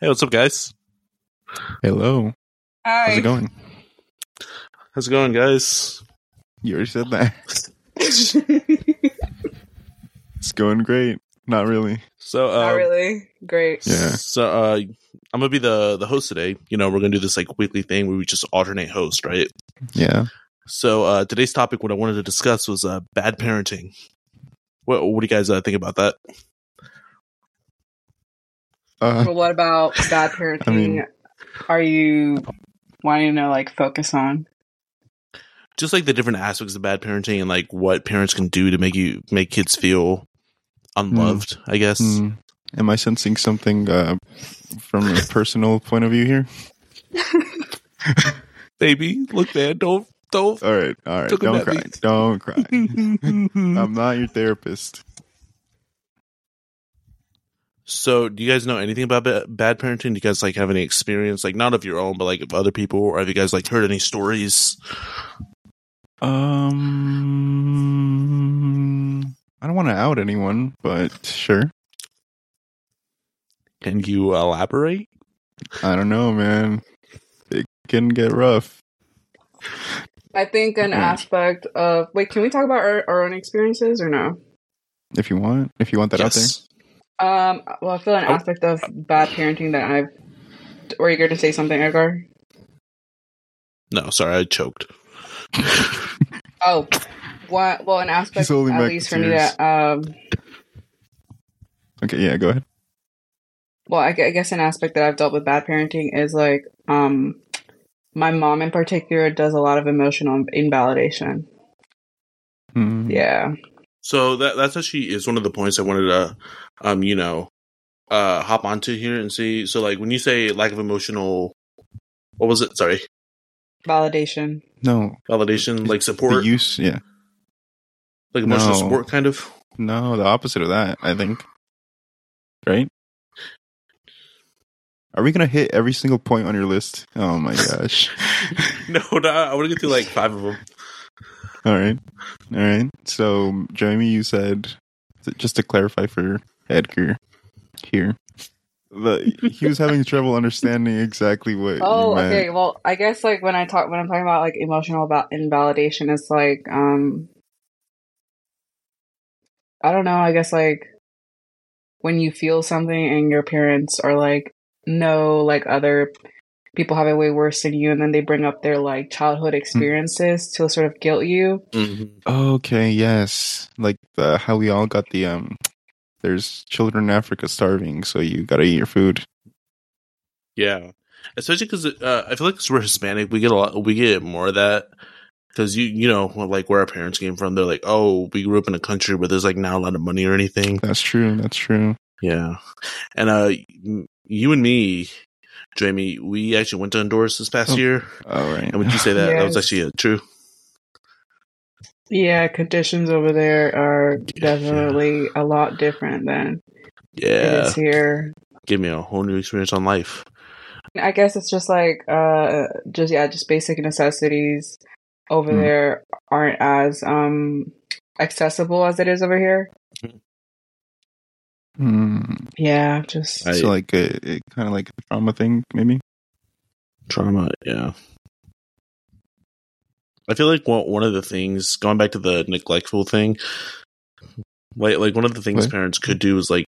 Hey, what's up, guys? Hello. Hi. How's it going? How's it going, guys? You already said that. It's going great. Not really. So, uh, Not really. Great. Um, Yeah. so uh, I'm gonna be the the host today. You know, we're gonna do this like weekly thing where we just alternate host, right? Yeah. So, uh, today's topic, what I wanted to discuss was uh, bad parenting. What, what do you guys uh, think about that? Uh, Well, what about bad parenting? I mean- Are you wanting to like focus on? Just like the different aspects of bad parenting and like what parents can do to make you make kids feel unloved. I guess. hmm. am I sensing something uh, from a personal point of view here? Baby, look, man, don't don't. All right. All right. Took a Don't nap. cry. Don't cry. I'm not your therapist. So, do you guys know anything about ba- bad parenting? Do you guys like have any experience, like not of your own, but like of other people, or have you guys like heard any stories? Um, I don't want to out anyone, but sure. Can you elaborate? I don't know, man. It can get rough. I think an Mm. aspect of wait, can we talk about our, our own experiences or no? If you want, if you want that out yes. Um, well, I feel an Oh. aspect of bad parenting that I've. Were you going to say something, Edgar? No, sorry, I choked. Oh, what? Well, an aspect He's holding at back least the for me tears. that um, there. Okay. Yeah. Go ahead. well I, gu- I guess an aspect that i've dealt with bad parenting is like um my mom in particular does a lot of emotional invalidation Hmm. yeah So that that's actually is one of the points I wanted to, um, you know, uh, hop onto here and see. So, like when you say lack of emotional, what was it? Sorry, validation No. validation, like support, The use. Yeah. like emotional No. support, kind of. No, the opposite of that, I think. Right? Are we gonna hit every single point on your list? Oh my gosh. No, no, I want to get through like five of them. Alright. Alright. So Jeremy, you said just to clarify for Edgar here. The, he was having trouble understanding exactly what oh you meant. okay well i guess like when i talk when i'm talking about like emotional about invalidation it's like um i don't know i guess like when you feel something and your parents are like no like other people have it way worse than you and then they bring up their like childhood experiences to sort of guilt you Mm-hmm. Mhm. Okay, yes. Like the, how we all got the um there's children in Africa starving, so you gotta eat your food. Yeah, especially because uh, I feel like because we're Hispanic, we get a lot, we get more of that. Because you, you know, like where our parents came from, they're like, oh, we grew up in a country where there's like not a lot of money or anything. That's true, that's true. Yeah, and uh, m- you and me, Jamie, we actually went to Honduras this past Oh. year. All right. And would you say that that was Yes. actually uh, true? Yeah, conditions over there are definitely a lot different than it Yeah, is here. gave me a whole new experience on life. I guess it's just like uh just yeah, just basic necessities over Mm. there aren't as um accessible as it is over here. Hmm. Yeah, just I- so like a, it kind of like a trauma thing, maybe. trauma yeah i feel like one, one of the things going back to the neglectful thing like like one of the things What? parents could do is like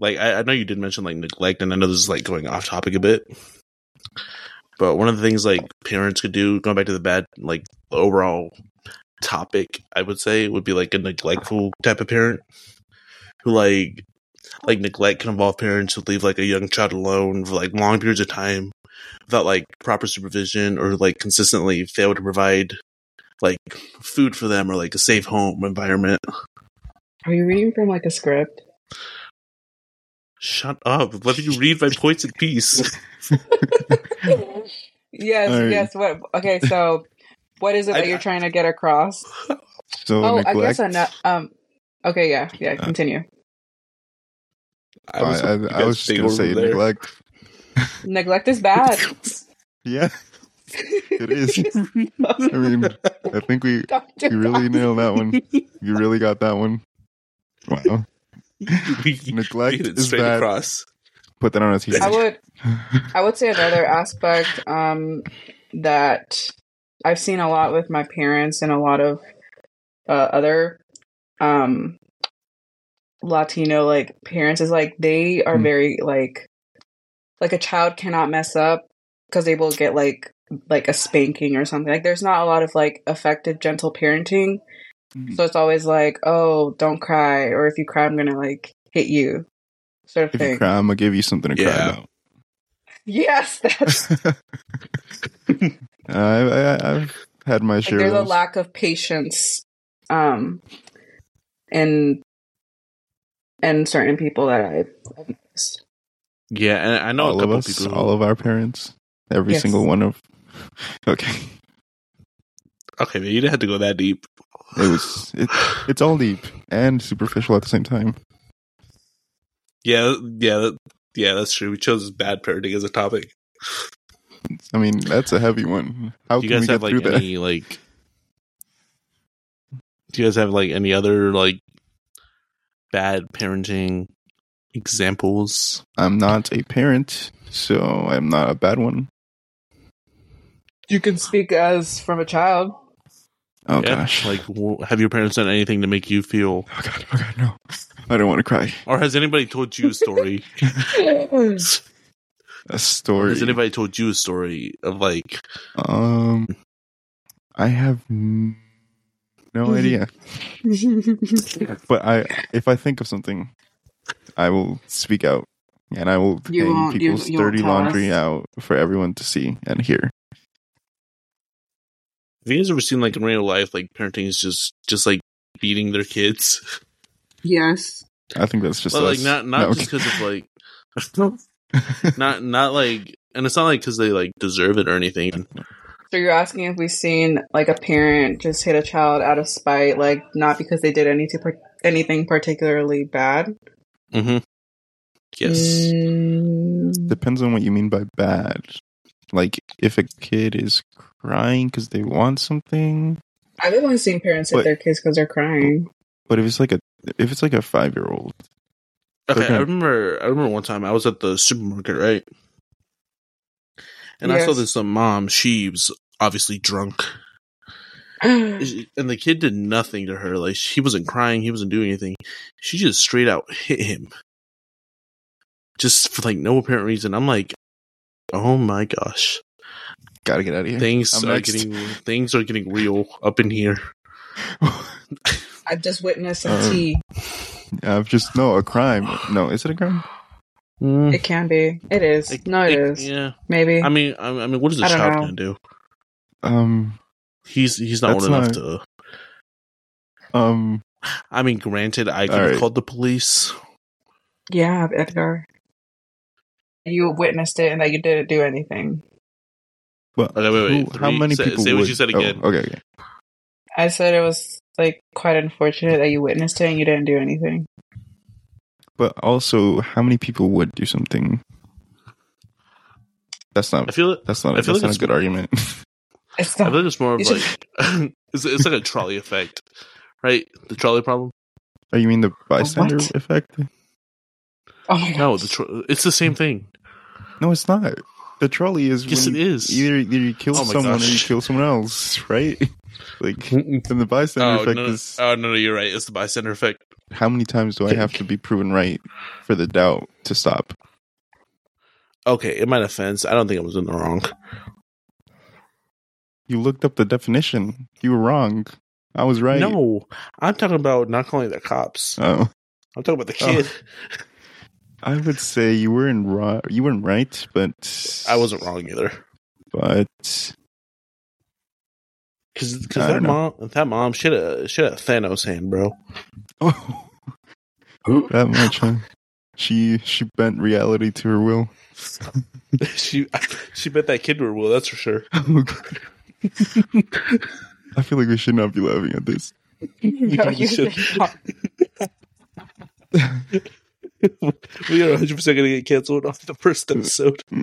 like I, I know you did mention like neglect and i know this is like going off topic a bit but one of the things like parents could do going back to the bad like overall topic i would say would be like a neglectful type of parent who like like neglect can involve parents who leave like a young child alone for like long periods of time without like proper supervision or like consistently fail to provide like food for them or like a safe home environment. are you reading from like a script? Shut up. Let me read my points in peace. Yes, All right. yes, what okay, so what is it I- that you're trying to get across? So oh, neglect. I guess I'm not um okay, yeah, yeah, Uh, continue. I, I, you I guys was just big gonna over say there. neglect. Neglect is bad. Yeah, it is. I mean, I think we Don't do you really that. nailed that one. You really got that one. Wow, We neglect hit it is straight bad. across. put that on a I t-shirt. would I would say another aspect um, that I've seen a lot with my parents and a lot of uh, other um, Latino like parents is like they are Hmm. very like like a child cannot mess up because they will get like like a spanking or something. Like there's not a lot of like effective gentle parenting. Hmm. So it's always like, oh, don't cry, or if you cry, I'm gonna like hit you, sort of if thing. you cry, I'm gonna give you something to Yeah. cry about. Yes, that's I, I, I've had my like share. there's of a those. lack of patience um in in certain people that I, I've noticed. Yeah, and I know all a of couple us, people. all of our parents, every Yes. single one of. Okay, okay, man, you didn't have to go that deep. it was it, it's all deep and superficial at the same time. Yeah, yeah, that- yeah. That's true. We chose bad parenting as a topic. I mean, that's a heavy one. How Do you can guys we get have through like that? any like? Do you guys have like any other like bad parenting examples? I'm not a parent, so I'm not a bad one. You can speak as from a child. Oh Yeah, gosh! Like, w- have your parents done anything to make you feel, oh god! Oh god! No, I don't want to cry. or has anybody told you a story? A story. Has anybody told you a story of like Um, I have n- Hmm. no idea. But I, if I think of something, I will speak out, and I will You hang won't- you- people's you won't dirty tell laundry us. out for everyone to see and hear. Have you guys ever seen like in real life, like parenting is just just like beating their kids? yes. I think that's just Well, like us. not not No, just okay. because of like not not like, and it's not like because they like deserve it or anything. Mm-hmm. So you're asking if we've seen like a parent just hit a child out of spite, like not because they did anything par- anything particularly bad. Mm-hmm. Yes, Mm, depends on what you mean by bad. Like if a kid is crying because they want something, I've only seen parents hit Wait. their kids because they're crying. but if it's like a if it's like a five year old, okay. Okay. I remember. I remember one time I was at the supermarket, right? And I saw Yes. this uh, mom. She was obviously drunk, Mm. She- and the kid did nothing to her. Like he wasn't crying, he wasn't doing anything. She just straight out hit him, just for like no apparent reason. I'm like, oh my gosh. gotta get out of here. things I'm are next. getting things are getting real up in here. I've just witnessed some Um, tea. I've Uh, just no a crime. No, is it a crime? Hmm. It can be. It is. Like, no, it like, is. Yeah, Maybe. I mean, I I mean, what is the I don't child know. gonna do? Um, He's he's not That's old enough not- to. um, I mean, granted, I could All have right. called the police. yeah, Edgar. You witnessed it and that you didn't do anything. well, Okay, wait, wait, who- how three- many say- people say what would, you said oh, again. okay, okay. I said it was like quite unfortunate that you witnessed it and you didn't do anything. But also, how many people would do something? That's I not. feel it. That's not. I feel like that's not it's- a good argument. It's I not. feel like it's more of You like should- it's it's like a trolley effect, right? The trolley problem. oh, you mean the bystander what? effect? oh my god. No, the tro- it's the same thing. No, it's not. The trolley is. Yes, when it you- is. Either, either you kill Oh my someone or you gosh. kill someone else, right? like, oh and the bystander no, effect no, is oh no, no, you're right. It's the bystander effect. how many times do I have to be proven right for the doubt to stop? Okay, in my defense, I don't think I was in the wrong. You looked up the definition. You were wrong. I was right. No, I'm talking about not calling the cops. Oh. I'm talking about the Oh. kid. I would say you weren't right. You weren't right, but I wasn't wrong either. But Because I that don't know. mom, that mom should have should have Thanos hand, bro. oh, that much. Huh? She she bent reality to her will. she she bet that kid were will. That's for sure. Oh, God. I feel like we should not be laughing at this. No, You you should. did not. we are 100 percent gonna get canceled off the first episode.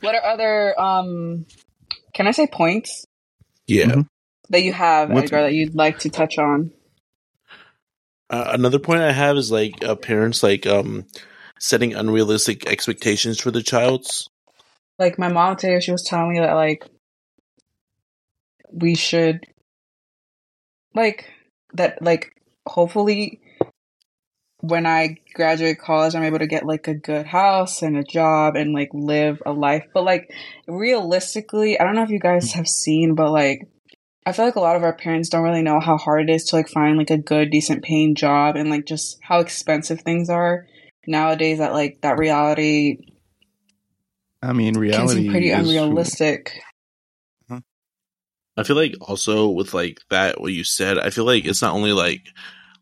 What are other um can I say points Yeah. Mhm. that you have, What- Edgar, that you'd like to touch on? Uh, another point I have is like uh, parents like um setting unrealistic expectations for the child's. like my mom today she was telling me that like we should like that like hopefully when i graduate college i'm able to get like a good house and a job and like live a life but like realistically i don't know if you guys have seen but like i feel like a lot of our parents don't really know how hard it is to like find like a good decent paying job and like just how expensive things are nowadays that like that reality I mean, can reality seem pretty is unrealistic. I feel like also with like that what you said, I feel like it's not only like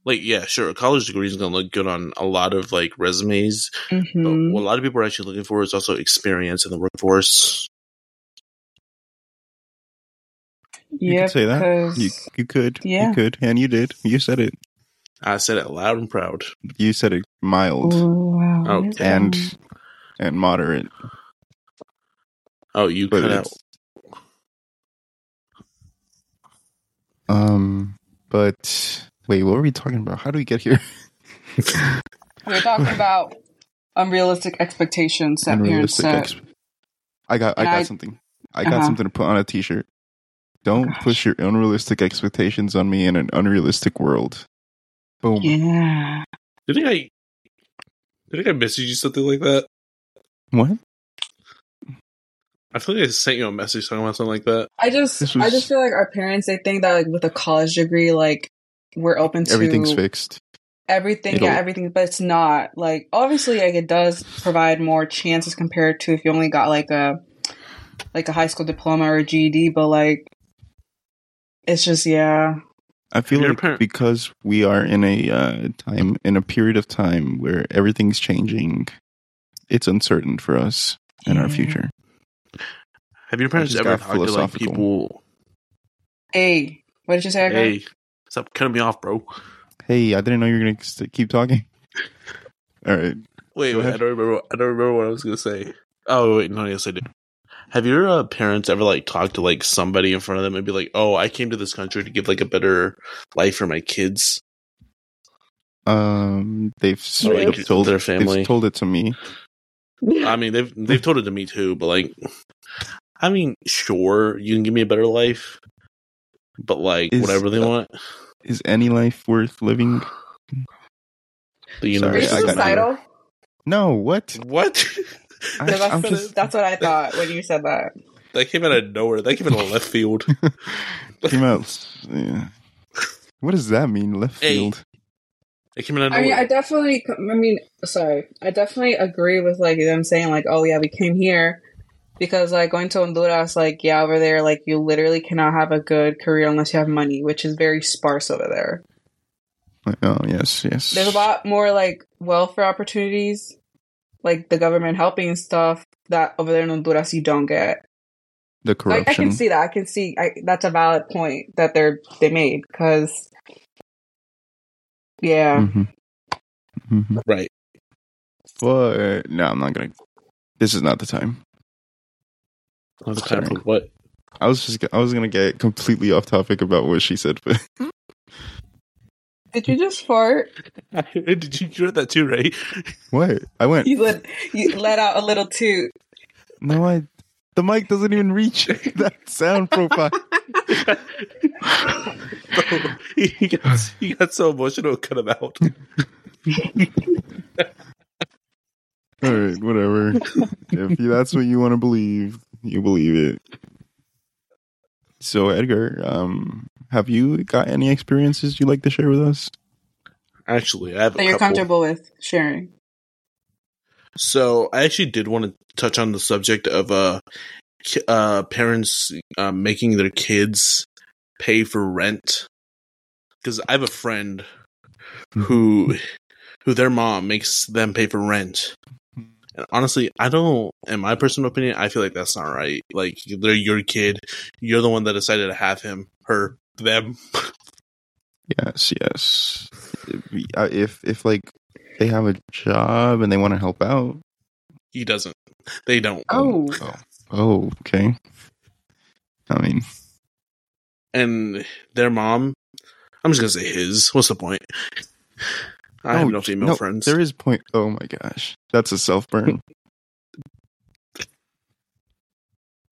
like yeah, sure, a college degree is gonna look good on a lot of like resumes, but Mhm. what a lot of people are actually looking for is also experience in the workforce. You Yeah, could say that. 'cause- You, you could. Yeah. You could. And you did. You said it. I said it loud and proud. You said it mild Ooh, wow, Oh, wisdom. and and moderate. Oh, you But cut out. it's, um but wait, what were we talking about? How do we get here? we were talking about unrealistic expectations that parents Unrealistic set. exp- I got I And got I- something. I got Uh-huh. something to put on a t-shirt. Don't Gosh. push your unrealistic expectations on me in an unrealistic world. Boom. yeah, Do you think I do you think I messaged you something like that? What? I feel like I sent you a message talking about something like that. I just, This I was- just feel like our parents they think that like with a college degree, like we're open to Everything's fixed. everything, It'll- yeah, everything, but it's not. Like obviously, like it does provide more chances compared to if you only got like a like a high school diploma or a GED, but like it's just yeah. I feel Your like par- because we are in a uh, time in a period of time where everything's changing, it's uncertain for us and our Yeah. future. Have your parents just ever got talked to like philosophical. people? Hey, what did you say? Edgar? Hey, stop cutting me off, bro. Hey, I didn't know you were gonna st- keep talking. All right, Wait, Go wait, I ahead. don't remember. I don't remember what I was gonna say. Oh wait, no, yes I do. Have your uh, parents ever like talked to like somebody in front of them and be like, "Oh, I came to this country to give like a better life for my kids." um, they've sort like, of told their they've family. told it to me. I mean, they've they've told it to me too, but like, I mean, sure, you can give me a better life, but like Is- whatever they want, Is any life worth living? the sorry, universe. I got doesn't matter. No. What? What? I, No, I'm that's, just that's what I thought when you said that. that came out of nowhere. That came out of left field. came out. Yeah. What does that mean? Left Hey. field. It came out of I mean, nowhere. I definitely, I mean, sorry, I definitely agree with like them saying like, oh yeah, we came here because like going to Honduras, like yeah, over there, like you literally cannot have a good career unless you have money, which is very sparse over there. Oh yes, yes. There's a lot more like welfare opportunities, like the government helping and stuff that over there in Honduras you don't get. The Like, I corruption. can see that. I can see I, that's a valid point that they're they made because, yeah, Mhm. Mhm. right. But no, I'm not gonna. This is not the time. All the Sorry. time for what? I was just. I was gonna get completely off topic about what she said, but did you just fart? Did you hear that too, Ray? what? I went. You let you let out a little toot. No, I. The mic doesn't even reach that sound profile. Bro, he got he got so emotional. Cut him out. All right, whatever. If you, that's what you want to believe, you believe it. So, Edgar, um, have you got any experiences you'd like to share with us? Actually, I have a That you're couple. comfortable with sharing. So I actually did want to touch on the subject of uh, ki- uh parents uh, making their kids pay for rent because I have a friend who who their mom makes them pay for rent. And honestly, I don't. In my personal opinion, I feel like that's not right. Like they're your kid, you're the one that decided to have him, her, them. Yes, yes. If, uh, if if like they have a job and they want to help out, He doesn't. They don't. Oh, Oh, oh, okay. I mean, and their mom i'm just gonna say his what's the point I have no female friends. There is point. Oh my gosh, that's a self burn.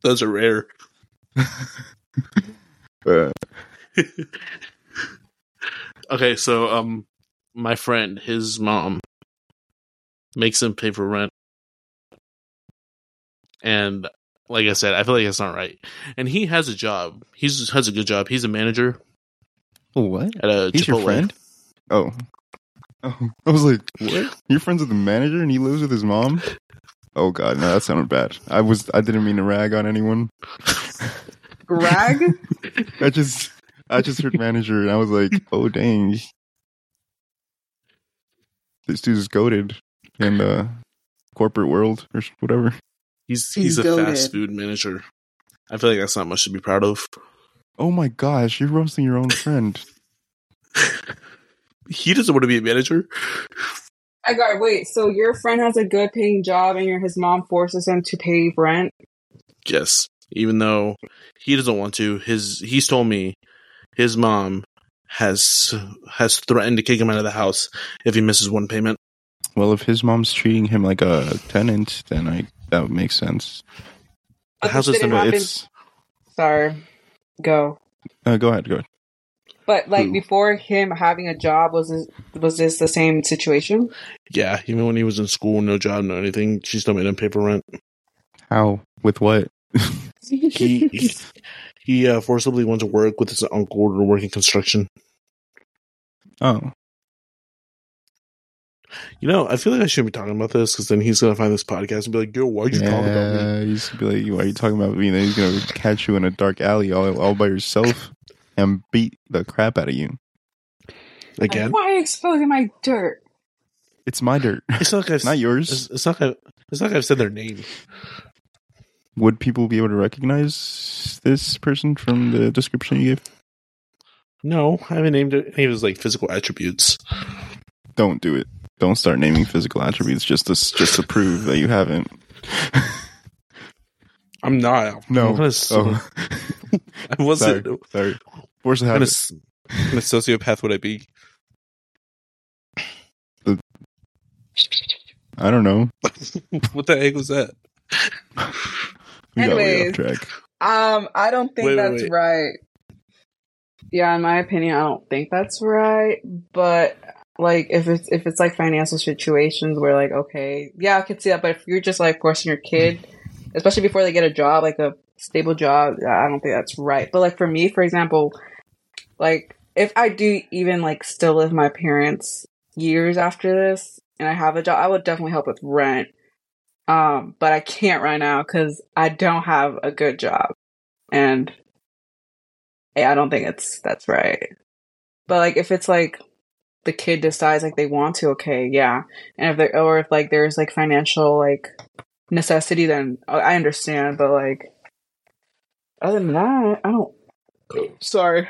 Those are rare. uh, Okay, so um, my friend, his mom, makes him pay for rent, and like I said, I feel like that's not right. And he has a job. He's has a good job. He's a manager Oh, what? at a He's Chipotle. your friend? Oh. Oh, I was like, what? You're friends with the manager and he lives with his mom? Oh god, no, that sounded bad. I was I didn't mean to rag on anyone. Rag? I just I just heard manager and I was like, oh dang. This dude's goaded in the corporate world or whatever. He's He's he's, a goated. fast food manager. I feel like that's not much to be proud of. Oh my gosh, you're roasting your own friend. He doesn't want to be a manager. I got wait. So your friend has a good paying job, and your his mom forces him to pay rent. Yes, even though he doesn't want to. His he's told me his mom has has threatened to kick him out of the house if he misses one payment. Well, if his mom's treating him like a tenant, then I that would make sense. But How's this this didn't gonna- But happen. it's Sorry, go. uh, go ahead, go ahead. But like Who? before him having a job, was this, was this the same situation? Yeah, even when he was in school, no job, no anything, she still made him pay for rent. How? With what? He he uh, forcibly went to work with his uncle to work in construction. Oh. You know, I feel like I shouldn't be talking about this because then he's gonna find this podcast and be like, "Yo, why'd you talk about me?" Yeah, you should be like, why are you talking about me? Then he's gonna catch you in a dark alley all, all by yourself and beat the crap out of you. again?" Why are you exposing my dirt? It's my dirt, It's not like I've not It's, yours. it's not like I've, it's not like I've said their name. Would people be able to recognize this person from the description you gave? No, I haven't named it. He was like physical attributes. Don't do it. Don't start naming physical attributes just to just to prove that you haven't. I'm not. No. I'm kind of, Oh, I wasn't. sorry, sorry. Force of What kind of, habit. s- kind of sociopath would I be? I don't know. what the heck was that? We got way Anyways. off track. Um, I don't think Wait, wait, that's wait. right. Yeah, in my opinion, I don't think that's right. But like, if it's if it's like financial situations where like, okay, yeah, I could see that. But if you're just like forcing your kid, especially before they get a job, like a stable job, I don't think that's right. But like for me, for example, like if I do even like still live with my parents years after this, and I have a job, I would definitely help with rent. Um, but I can't right now because I don't have a good job, and yeah, I don't think it's that's right. But like, if it's like the kid decides like they want to, okay, yeah. And if they're or if like there's like financial like necessity, then I I understand. But like, other than that, I don't. Sorry.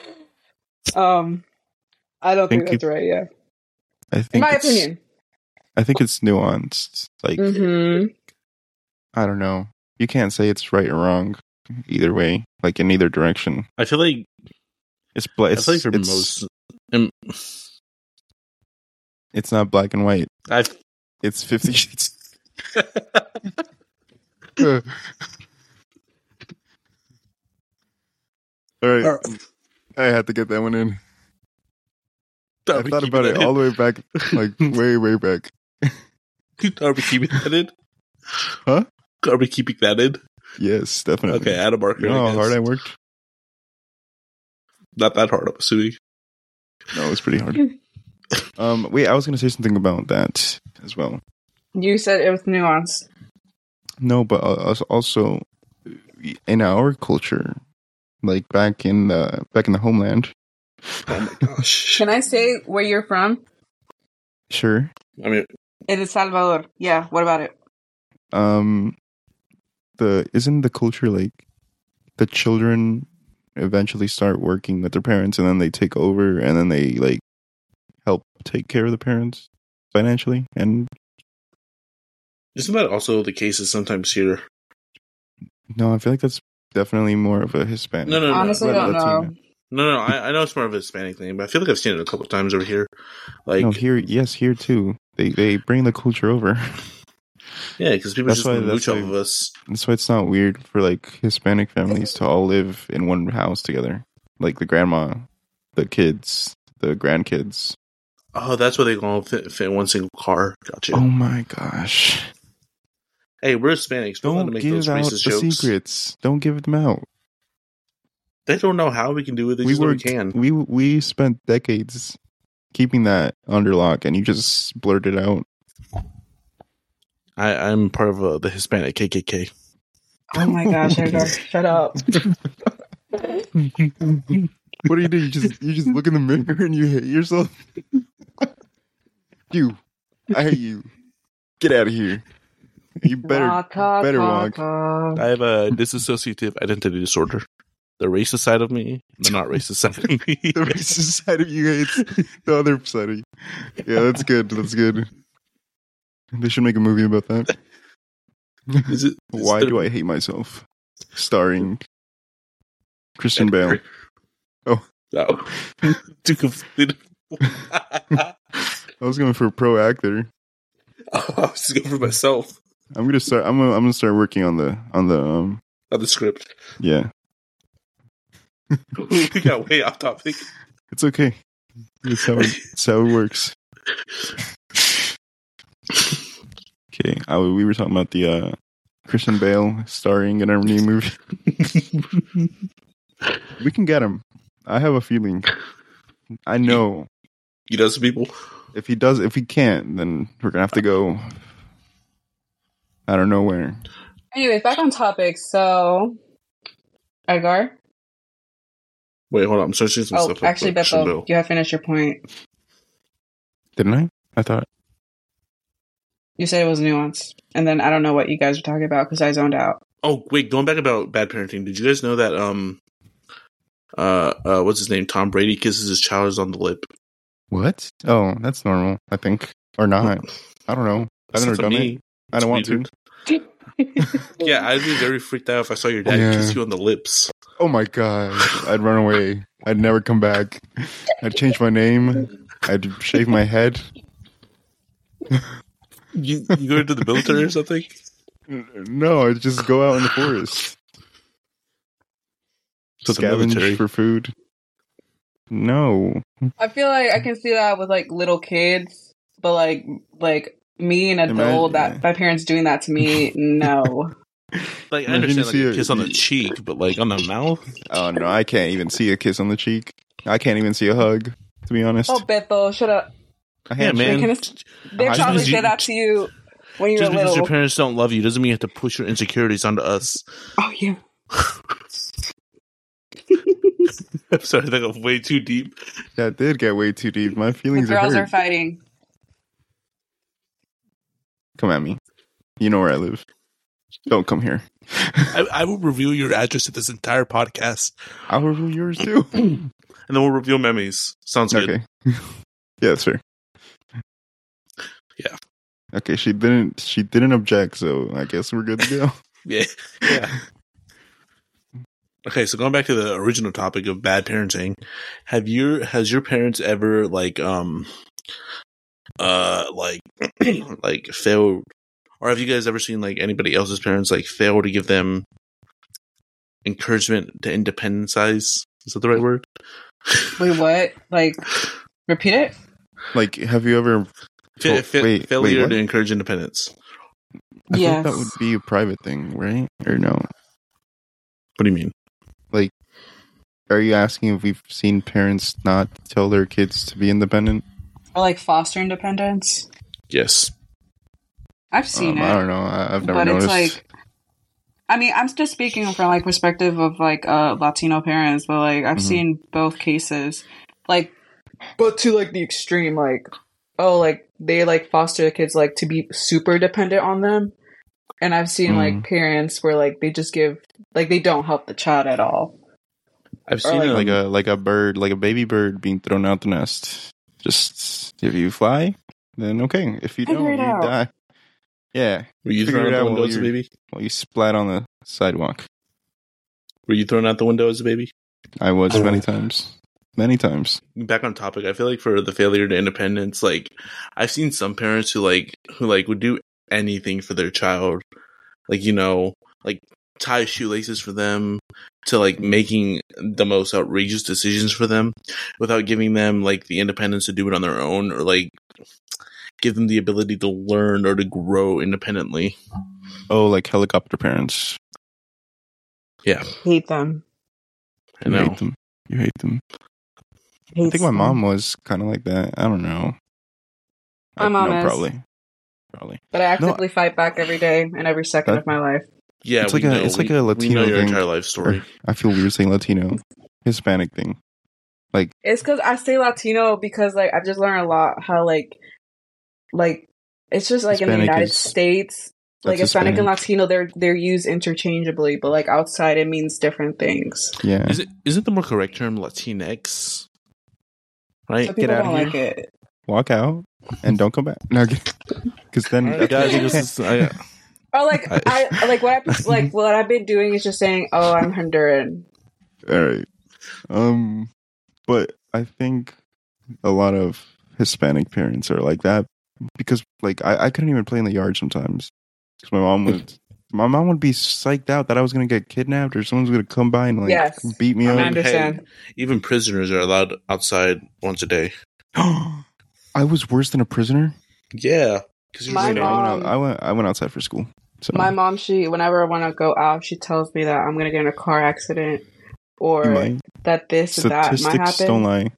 um, I don't think, Thank you. that's right. Yeah, I in think my it's- opinion. I think it's nuanced. Like hmm I don't know. You can't say it's right or wrong either way, like in either direction. I feel like It's bla- I it's, feel like for it's, most, um, it's not black and white. I It's 50 shades. All right, I had to get that one in. I thought about it all the way back, like way, way back. Are we keeping that in? Huh? Are we keeping that in? Yes, definitely. Okay, add a marker. You know I how guess. hard I worked? Not that hard, I'm assuming. No, it was pretty hard. um, wait, I was gonna say something about that as well. You said it was nuanced. No, but al- als- also in our culture, like back in the back in the homeland. Oh my gosh. Can I say where you're from? Sure. I mean, It is Salvador. Yeah. What about it? Um, the isn't the culture like the children eventually start working with their parents, and then they take over, and then they like help take care of the parents financially, and isn't that also the case is sometimes here? no, I feel like that's definitely more of a Hispanic. No, no, no. Honestly, I Well, don't Latina. know. No, no, I, I know it's more of a Hispanic thing, but I feel like I've seen it a couple times over here. Like, no, here, yes, here too. They they bring the culture over. yeah, because people That's just why- want to that's mooch off why- of us. That's why it's not weird for like Hispanic families to all live in one house together. Like the grandma, the kids, the grandkids. Oh, that's why they all fit, fit in one single car. Gotcha. Oh my gosh. Hey, we're Hispanics. We're allowed Don't to make give those out the racist jokes. secrets. Don't give them out. They don't know how we can do it. They we just know we worked, can. we we spent decades keeping that under lock, and you just blurted out. I, I'm part of uh, the Hispanic KKK. Oh my gosh, Edgar, shut up. What do you do? You just you just look in the mirror and you hate yourself. you, I hate you. Get out of here. You better. Waka, better waka. I have a dissociative identity disorder. The racist side of me, the not racist side of me. The racist side of you hates the other side of you. Yeah, that's good. That's good. They should make a movie about that. Is it- is Why there- do I hate myself? Starring Christian Bale. Oh. No. Oh. Too conflicted. I I was going for a pro actor. Oh, was just going for myself I'm gonna start. I'm gonna. I'm gonna start working on the on the. Um, on the script. yeah, we got way off topic. it's okay. It's how it, it's how it works. Okay, I, we were talking about the uh, Christian Bale starring in our new movie. We can get him. I have a feeling. I know You know some people. if he does, if he can't, then we're gonna have to go. I don't know where. Anyways, back on topic. So, Edgar? Wait, hold on. I'm searching some Oh, stuff. up actually, for Christian Beppo, Bale. you have finished your point. Didn't I? I thought. You said it was nuanced. And then I don't know what you guys were talking about because I zoned out. Oh, wait. Going back about bad parenting. Did you guys know that? Um, uh, uh, what's his name? Tom Brady kisses his child on the lip. What? Oh, that's normal, I think. Or not. I don't know. I've That's never not done me. it. I don't want weird. to. Yeah, I'd be very freaked out if I saw your dad Yeah. kiss you on the lips. Oh my god. I'd run away. I'd never come back. I'd change my name. I'd shave my head. You, you go into the military or something? No, I'd just go out in the forest. It's the military. Scavenge for food. No. I feel like I can see that with like little kids, but like like me an adult Imagine- that my parents doing that to me, no. Like I Imagine you understand like, see a a- kiss on the cheek, but like on the mouth. Oh no, I can't even see a kiss on the cheek. I can't even see a hug, to be honest. Oh, Beppo, shut up. A Yeah, handshake. man. Can I- Just They I just- probably you- said that to you when you were because little. your parents don't love you doesn't mean you have to push your insecurities onto us. oh yeah. I'm sorry, that got way too deep. That did get way too deep. My The feelings are girls hurt. are fighting. come at me. You know where I live. Don't come here. I, I will reveal your address at this entire podcast, I'll review yours too. and then we'll reveal memes. Sounds good. Okay. yeah, sure. Yeah. Okay, she didn't she didn't object, so I guess we're good to go. Yeah, yeah. Okay, so going back to the original topic of bad parenting, have your has your parents ever like um uh like like failed or have you guys ever seen like anybody else's parents like fail to give them encouragement to independenceize? Is that the right word? Wait, what? Like repeat it? like, have you ever Fa- Oh, fa- wait, wait, failure what? to encourage independence. I yes. thought that would be a private thing, right? Or no? What do you mean? Are you asking if we've seen parents not tell their kids to be independent? or like foster independence. Yes. I've seen Um, it. I don't know. I, I've never but noticed. it's like i mean i'm just speaking from like perspective of like uh latino parents but like i've Mhm. seen both cases like but to like the extreme like oh like they like foster the kids like to be super dependent on them and i've seen Mm. like parents where like they just give like they don't help the child at all I've Or, seen like, um, like a like a bird, like a baby bird being thrown out the nest. Just if you fly, then okay. If you Figure don't, it you out. die. Yeah. were you figure thrown it out the out window while as a you're- baby? Well, you splat on the sidewalk. Were you thrown out the window as a baby? I was many times. Many times. back on topic i feel like for the failure to independence like i've seen some parents who like who like would do anything for their child like you know like tie shoelaces for them to like making the most outrageous decisions for them without giving them like the independence to do it on their own or like give them the ability to learn or to grow independently Oh, like helicopter parents. Hate them. i You know hate them. You hate them. I Hates think my them. mom was kind of like that. I don't know. I- My mom no, is. probably. Probably. But I actively fight back every day and every second That- of my life. yeah It's we like a- know. it's We- like a we know Latino your thing. entire life story I feel weird saying Latino, Hispanic thing. It's because I say Latino because like I've just learned a lot how like like it's just like in the Hispanic United is- States like That's Hispanic, and Latino they're they're used interchangeably, but like outside it means different things. Yeah. is it isn't the more correct term latinx So right people out of don't here. like it. Walk out and don't come back. No, because then Alright, guys, you this can't- is- I- Or Oh, like I- I, like what I've like what I've been doing is just saying, Oh, I'm Honduran. All right. Um, but I think a lot of Hispanic parents are like that because, like, I, I couldn't even play in the yard sometimes because my mom would. My mom would be psyched out that I was gonna get kidnapped or someone's gonna come by and like Yes. beat me I mean, up. understand. Even prisoners are allowed outside once a day. I was worse than a prisoner. Yeah, because My I went, mom- out, I went. I went outside for school. So My mom, she whenever I want to go out, she tells me that I'm gonna get in a car accident or my that this or that might statistics happen. don't lie.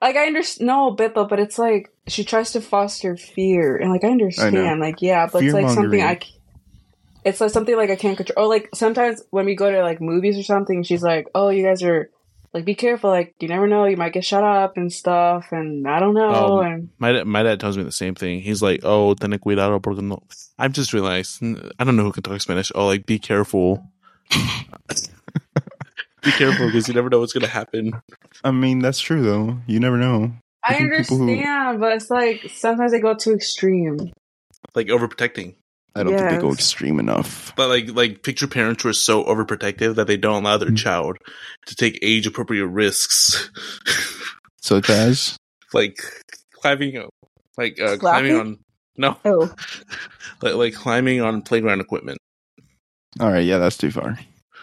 like I understand, no, bit though, but it's like she tries to foster fear, and like I understand, like yeah, but it's like something I. Fear-mongering. c- It's like something like I can't control. Or like sometimes when we go to like movies or something, she's like, "Oh, you guys are like be careful. Like you never know, you might get shut up and stuff." And I don't know. Um, and my dad, my dad tells me the same thing. He's like, "Oh, ten cuidado porque no." I've just realized n- I don't know who can talk Spanish. Oh, like be careful. be careful because you never know what's gonna happen. I mean, that's true though. You never know. I think people who- understand, but it's like sometimes they go too extreme. Like overprotecting, I don't think they go Yes. extreme enough. but like like picture parents who are so overprotective that they don't allow their Mhm. child to take age appropriate risks, Such as like climbing, uh, like uh, Slapping? climbing on no, Oh, like, like climbing on playground equipment. all right, yeah, that's too far.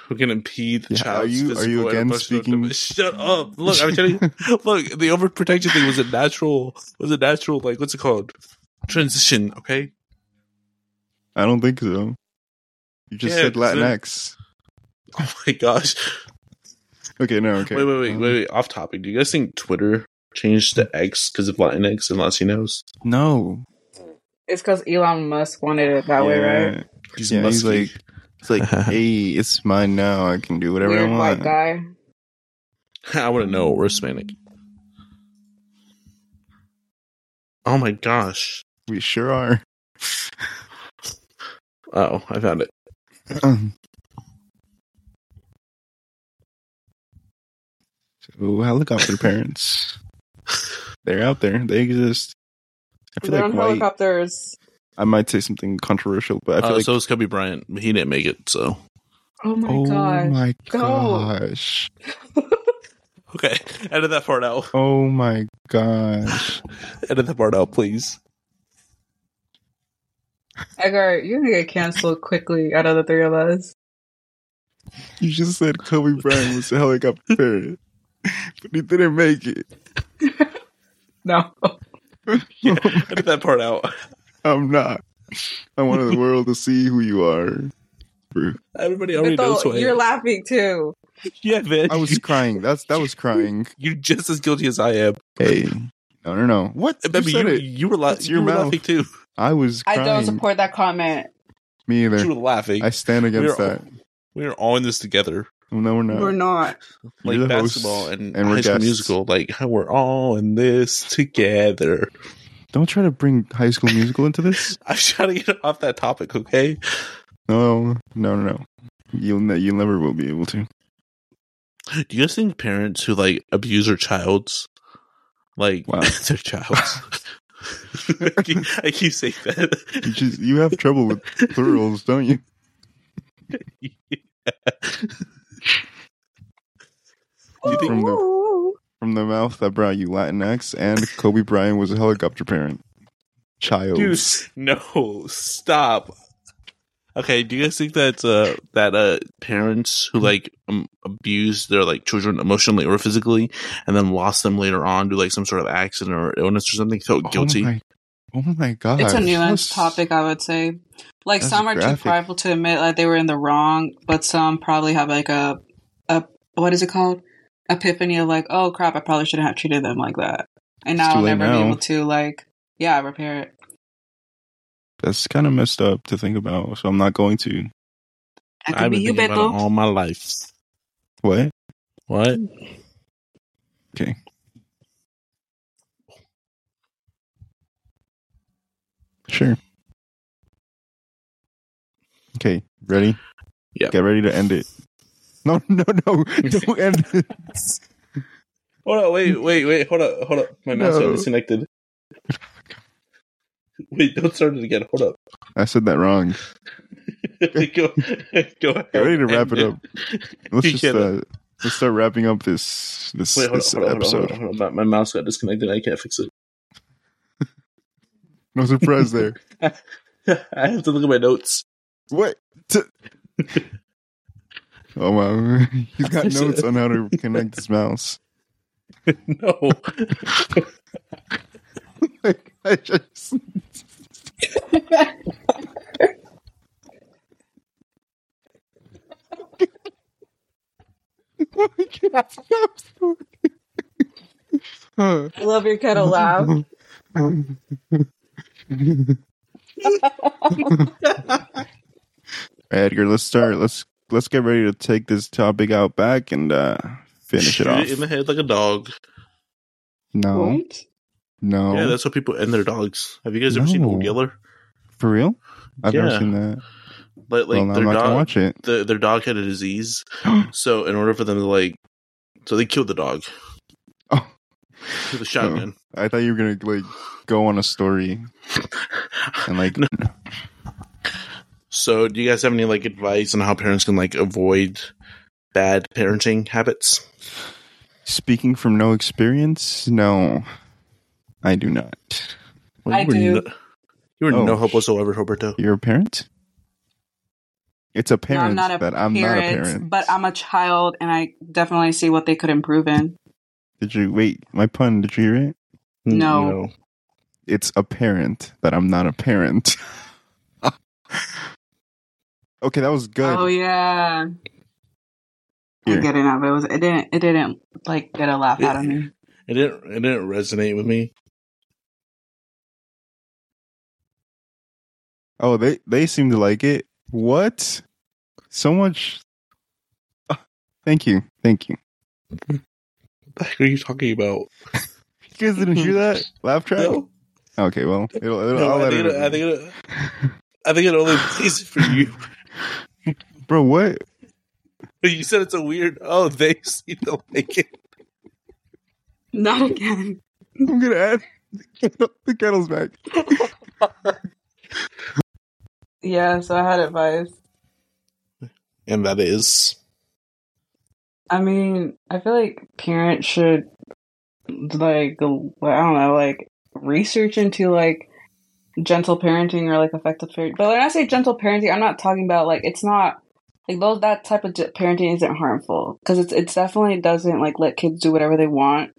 who can impede the Yeah, child's are you- are you physical and again emotional speaking- development. Shut up! Look, I'm telling you. Look, the overprotection thing was a natural. Was a natural. Like, what's it called? Transition. Okay. I don't think so. You just Yeah, said because they're- Latinx. Oh my gosh. Okay, no, okay. Wait, wait, wait, Um, wait, wait. Off topic. Do you guys think Twitter changed to X because of Latinx and Latinos? No, it's because Elon Musk wanted it that way, right? Yeah. He's Yeah, he's musky. like, it's like, hey, it's mine now. I can do whatever I Weird want. white guy. I wouldn't know. We're Hispanic. Oh my gosh. We sure are. Oh, I found it. so helicopter parents, they're out there. They exist. I feel They're like on white. helicopters. I might say something controversial, but I feel Uh, like so is Kobe Bryant. He didn't make it. So Oh my oh god. my Go. gosh. okay, edit that part out. Oh my gosh. Edit that part out, please. Edgar, you're gonna get canceled quickly out of the three of us. You just said Kobe Bryant was a helicopter parent, but he didn't make it. No. Yeah, edit that part out. I'm not. I wanted the world to see who you are. Everybody already knows who I you're am. laughing too. yeah, man. I was crying. That's that was crying. You're just as guilty as I am. Hey, no, no, no. What? And You Baby, said you, it. you were, la- It's you your were mouth. laughing too. I was I crying. don't support that comment. me You either. were laughing. I stand against We're- that. we are all in this together, No, we're not. We're not. You're like the host, basketball and, and we're high school guests. musical. Like we're all in this together. Don't try to bring High School Musical into this. I'm trying to get off that topic, okay? No, no, no, no. You'll ne- you never will be able to. Do you guys think parents who like abuse their childs, like Wow. their childs? I, keep, I keep saying You that. just you have trouble with plurals, don't you? You think- From the- Ooh. From the mouth that brought you Latinx, and Kobe Bryant was a helicopter parent. Child. Dude, no, stop. Okay, do you guys think that uh, that uh, parents who like um, abuse their like children emotionally or physically, and then lost them later on to like some sort of accident or illness or something, felt guilty? Oh my, oh my god. It's a nuanced That's- topic, I would say. Like That's some are graphic. too prideful to admit like they were in the wrong, but some probably have like a a what is it called? Epiphany of like, oh crap, I probably shouldn't have treated them like that, and It's now too I'll late never be now. able to like, yeah, repair it. That's kind of messed up to think about, so I'm not going to. That could I've be been you, thinking about it Beto. all my life. What? What? Okay. Sure. Okay, ready? Yeah. Get ready to end it. No, no, no. Don't end it. Hold on, wait, wait, wait. Hold up, hold up. My mouse got No. disconnected. Wait, don't start it again. Hold up. I said that wrong. go, go ahead. Get ready to wrap it End up. Let's You just can't- uh, let's start wrapping up this this, Wait, hold this on, hold on, hold on, episode. hold on, hold on. My, my mouse got disconnected. I can't fix it. No surprise there. I have to look at my notes. What? T- oh wow, he's got There's a- notes on how to connect his mouse. no. Like, I just- Oh my God, I'm so- Huh. I love your kettle laugh. Edgar, let's start. Let's let's get ready to take this topic out back and uh finish Shoot it off. in the head like a dog. no, What? no, Yeah, that's how people end their dogs. Have you guys ever seen No. Old Yeller? for real. I've Yeah. never seen that. Like, like well, now their I'm not gonna dog, watch it. the, their dog had a disease. so in order for them to like, so they killed the dog Oh, with a shotgun. I thought you were gonna like go on a story and like So do you guys have any like advice on how parents can like avoid bad parenting habits? speaking from no experience. No, I do not. I you were do. No, you were no Oh, hope sh- whatsoever, Roberto. You're a parent. It's a No, parent I'm not a that I'm parent, not a parent. but I'm a child, and I definitely see what they could improve in. Did you wait? My pun. Did you hear it? No. It's apparent that I'm not a parent. okay, that was good. Oh yeah, I Here. get it now, but it was it didn't it didn't like get a laugh out of me. It didn't. It didn't resonate with me. Oh, they they seem to like it. What? So much. Ah, thank you, thank you. What the heck are you talking about? You guys didn't hear that laugh track? No, Okay, well, it'll, it'll, no, I'll I, let think it. it, I think it. I think it only plays for you. Bro, what? You said it's a weird. Oh, they seem to like it. Not again. I'm gonna add the, kettle, the kettle's back. Yeah, so I had advice. And that is. I mean, I feel like parents should like I don't know, like research into like gentle parenting or like effective parenting. But when I say gentle parenting, I'm not talking about like it's not like those that type of ge- parenting isn't harmful because it's it's definitely doesn't like let kids do whatever they want,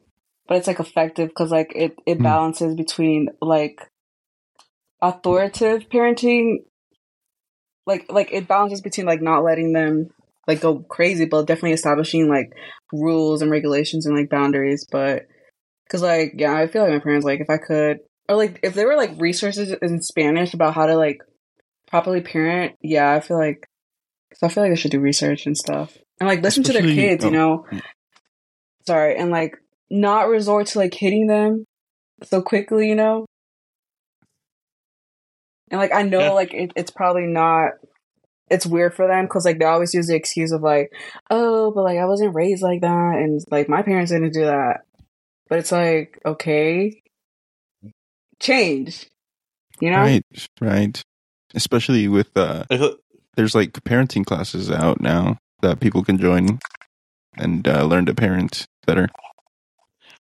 but it's like effective because like it it Hmm. balances between like authoritative parenting, like like it balances between like not letting them like go crazy, but definitely establishing like rules and regulations and like boundaries. But because like yeah, I feel like my parents like if I could or like if there were like resources in Spanish about how to like properly parent, yeah, I feel like so I feel like I should do research and stuff and like listen to Especially- their kids, oh. you know. Sorry, and like not resort to like hitting them so quickly, you know. And like I know, Yeah. like it, it's probably not it's weird for them because like they always use the excuse of like, oh, but like I wasn't raised like that, and like my parents didn't do that. But it's like okay, change, you know? Right, right. Especially with uh, I feel, there's like parenting classes out now that people can join. and uh, learn to parent better.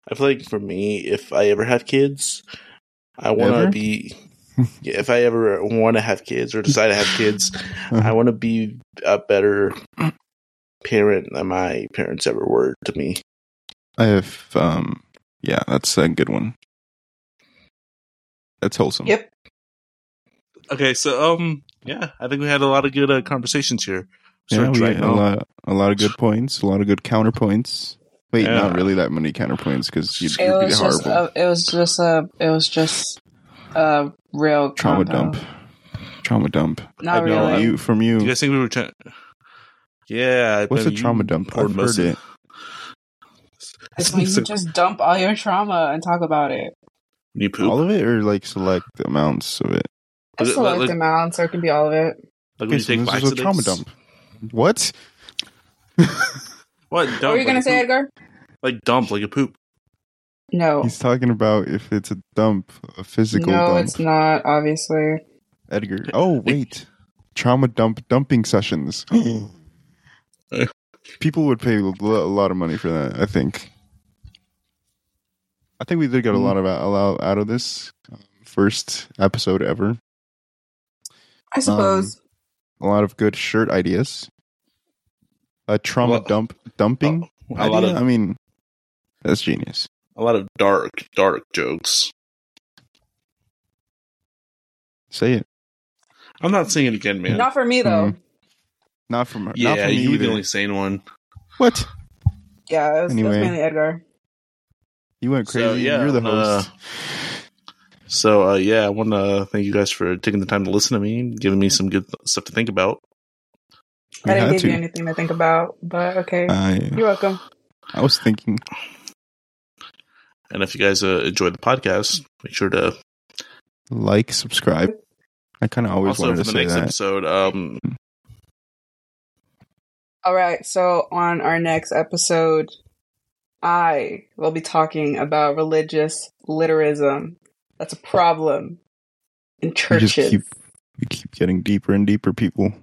I feel like for me, if I ever have kids, I want Ever? to be. Yeah, if I ever want to have kids or decide to have kids, I want to be a better parent than my parents ever were to me. I have, um, yeah, that's a good one. That's wholesome. Yep. Okay, so um, yeah, I think we had a lot of good uh, conversations here. Yeah, Sort of we right got a now. lot, a lot of good points, a lot of good counterpoints. Wait, Yeah. not really that many counterpoints because you'd, It you'd be was just horrible. a, it was just a it was just a real Trauma combo. dump. Trauma dump. Not I know really. you from you. Do you guys think we were trying? Yeah, I What's a bet you trauma dump? poured I've most heard of- it. It's when you just dump all your trauma and talk about it. When you poop. All of it, or like select amounts of it. Look It's at- look- select look- amounts, or it can be all of it. Like Okay, when you so take this is a Vicodins? trauma dump. What? What What dump? were you gonna like say, poop? Edgar? Like dump, like a poop. No, He's talking about if it's a dump, a physical no, dump. it's not. Obviously, Edgar. Oh wait, trauma dump dumping sessions. People would pay l- a lot of money for that. I think. I think we did get a lot of a lot out of this um, first episode ever. Um, I suppose. A lot of good shirt ideas. A trauma Well- uh, dump dumping. A lot idea? of I mean, that's genius. a lot of dark, dark jokes. Say it. I'm not saying it again, man. Not for me though. Mhm. Not from her. not yeah, from me you were either. the only sane one. What? Yeah, it was, it was Anyway. mainly Edgar. You went So, crazy. yeah, You're the uh, host. So uh, yeah, I want to thank you guys for taking the time to listen to me, giving me some good stuff to think about. We I had didn't give you to. Uh, anything to think about, but okay, I, you're welcome. I was thinking. And if you guys uh, enjoyed the podcast, make sure to like, subscribe. I kind of always also wanted for to the say next that. episode. Um, All right, so on our next episode, I will be talking about religious literism. That's a problem in We just churches. keep we keep getting deeper and deeper. People,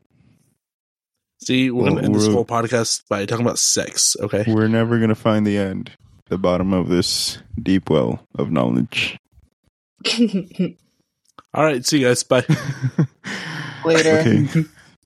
see, we're gonna Well, end this we're- whole podcast by talking about sex. Okay, we're never gonna find the end, the bottom of this deep well of knowledge. all right. See you guys. Bye. Later. Okay.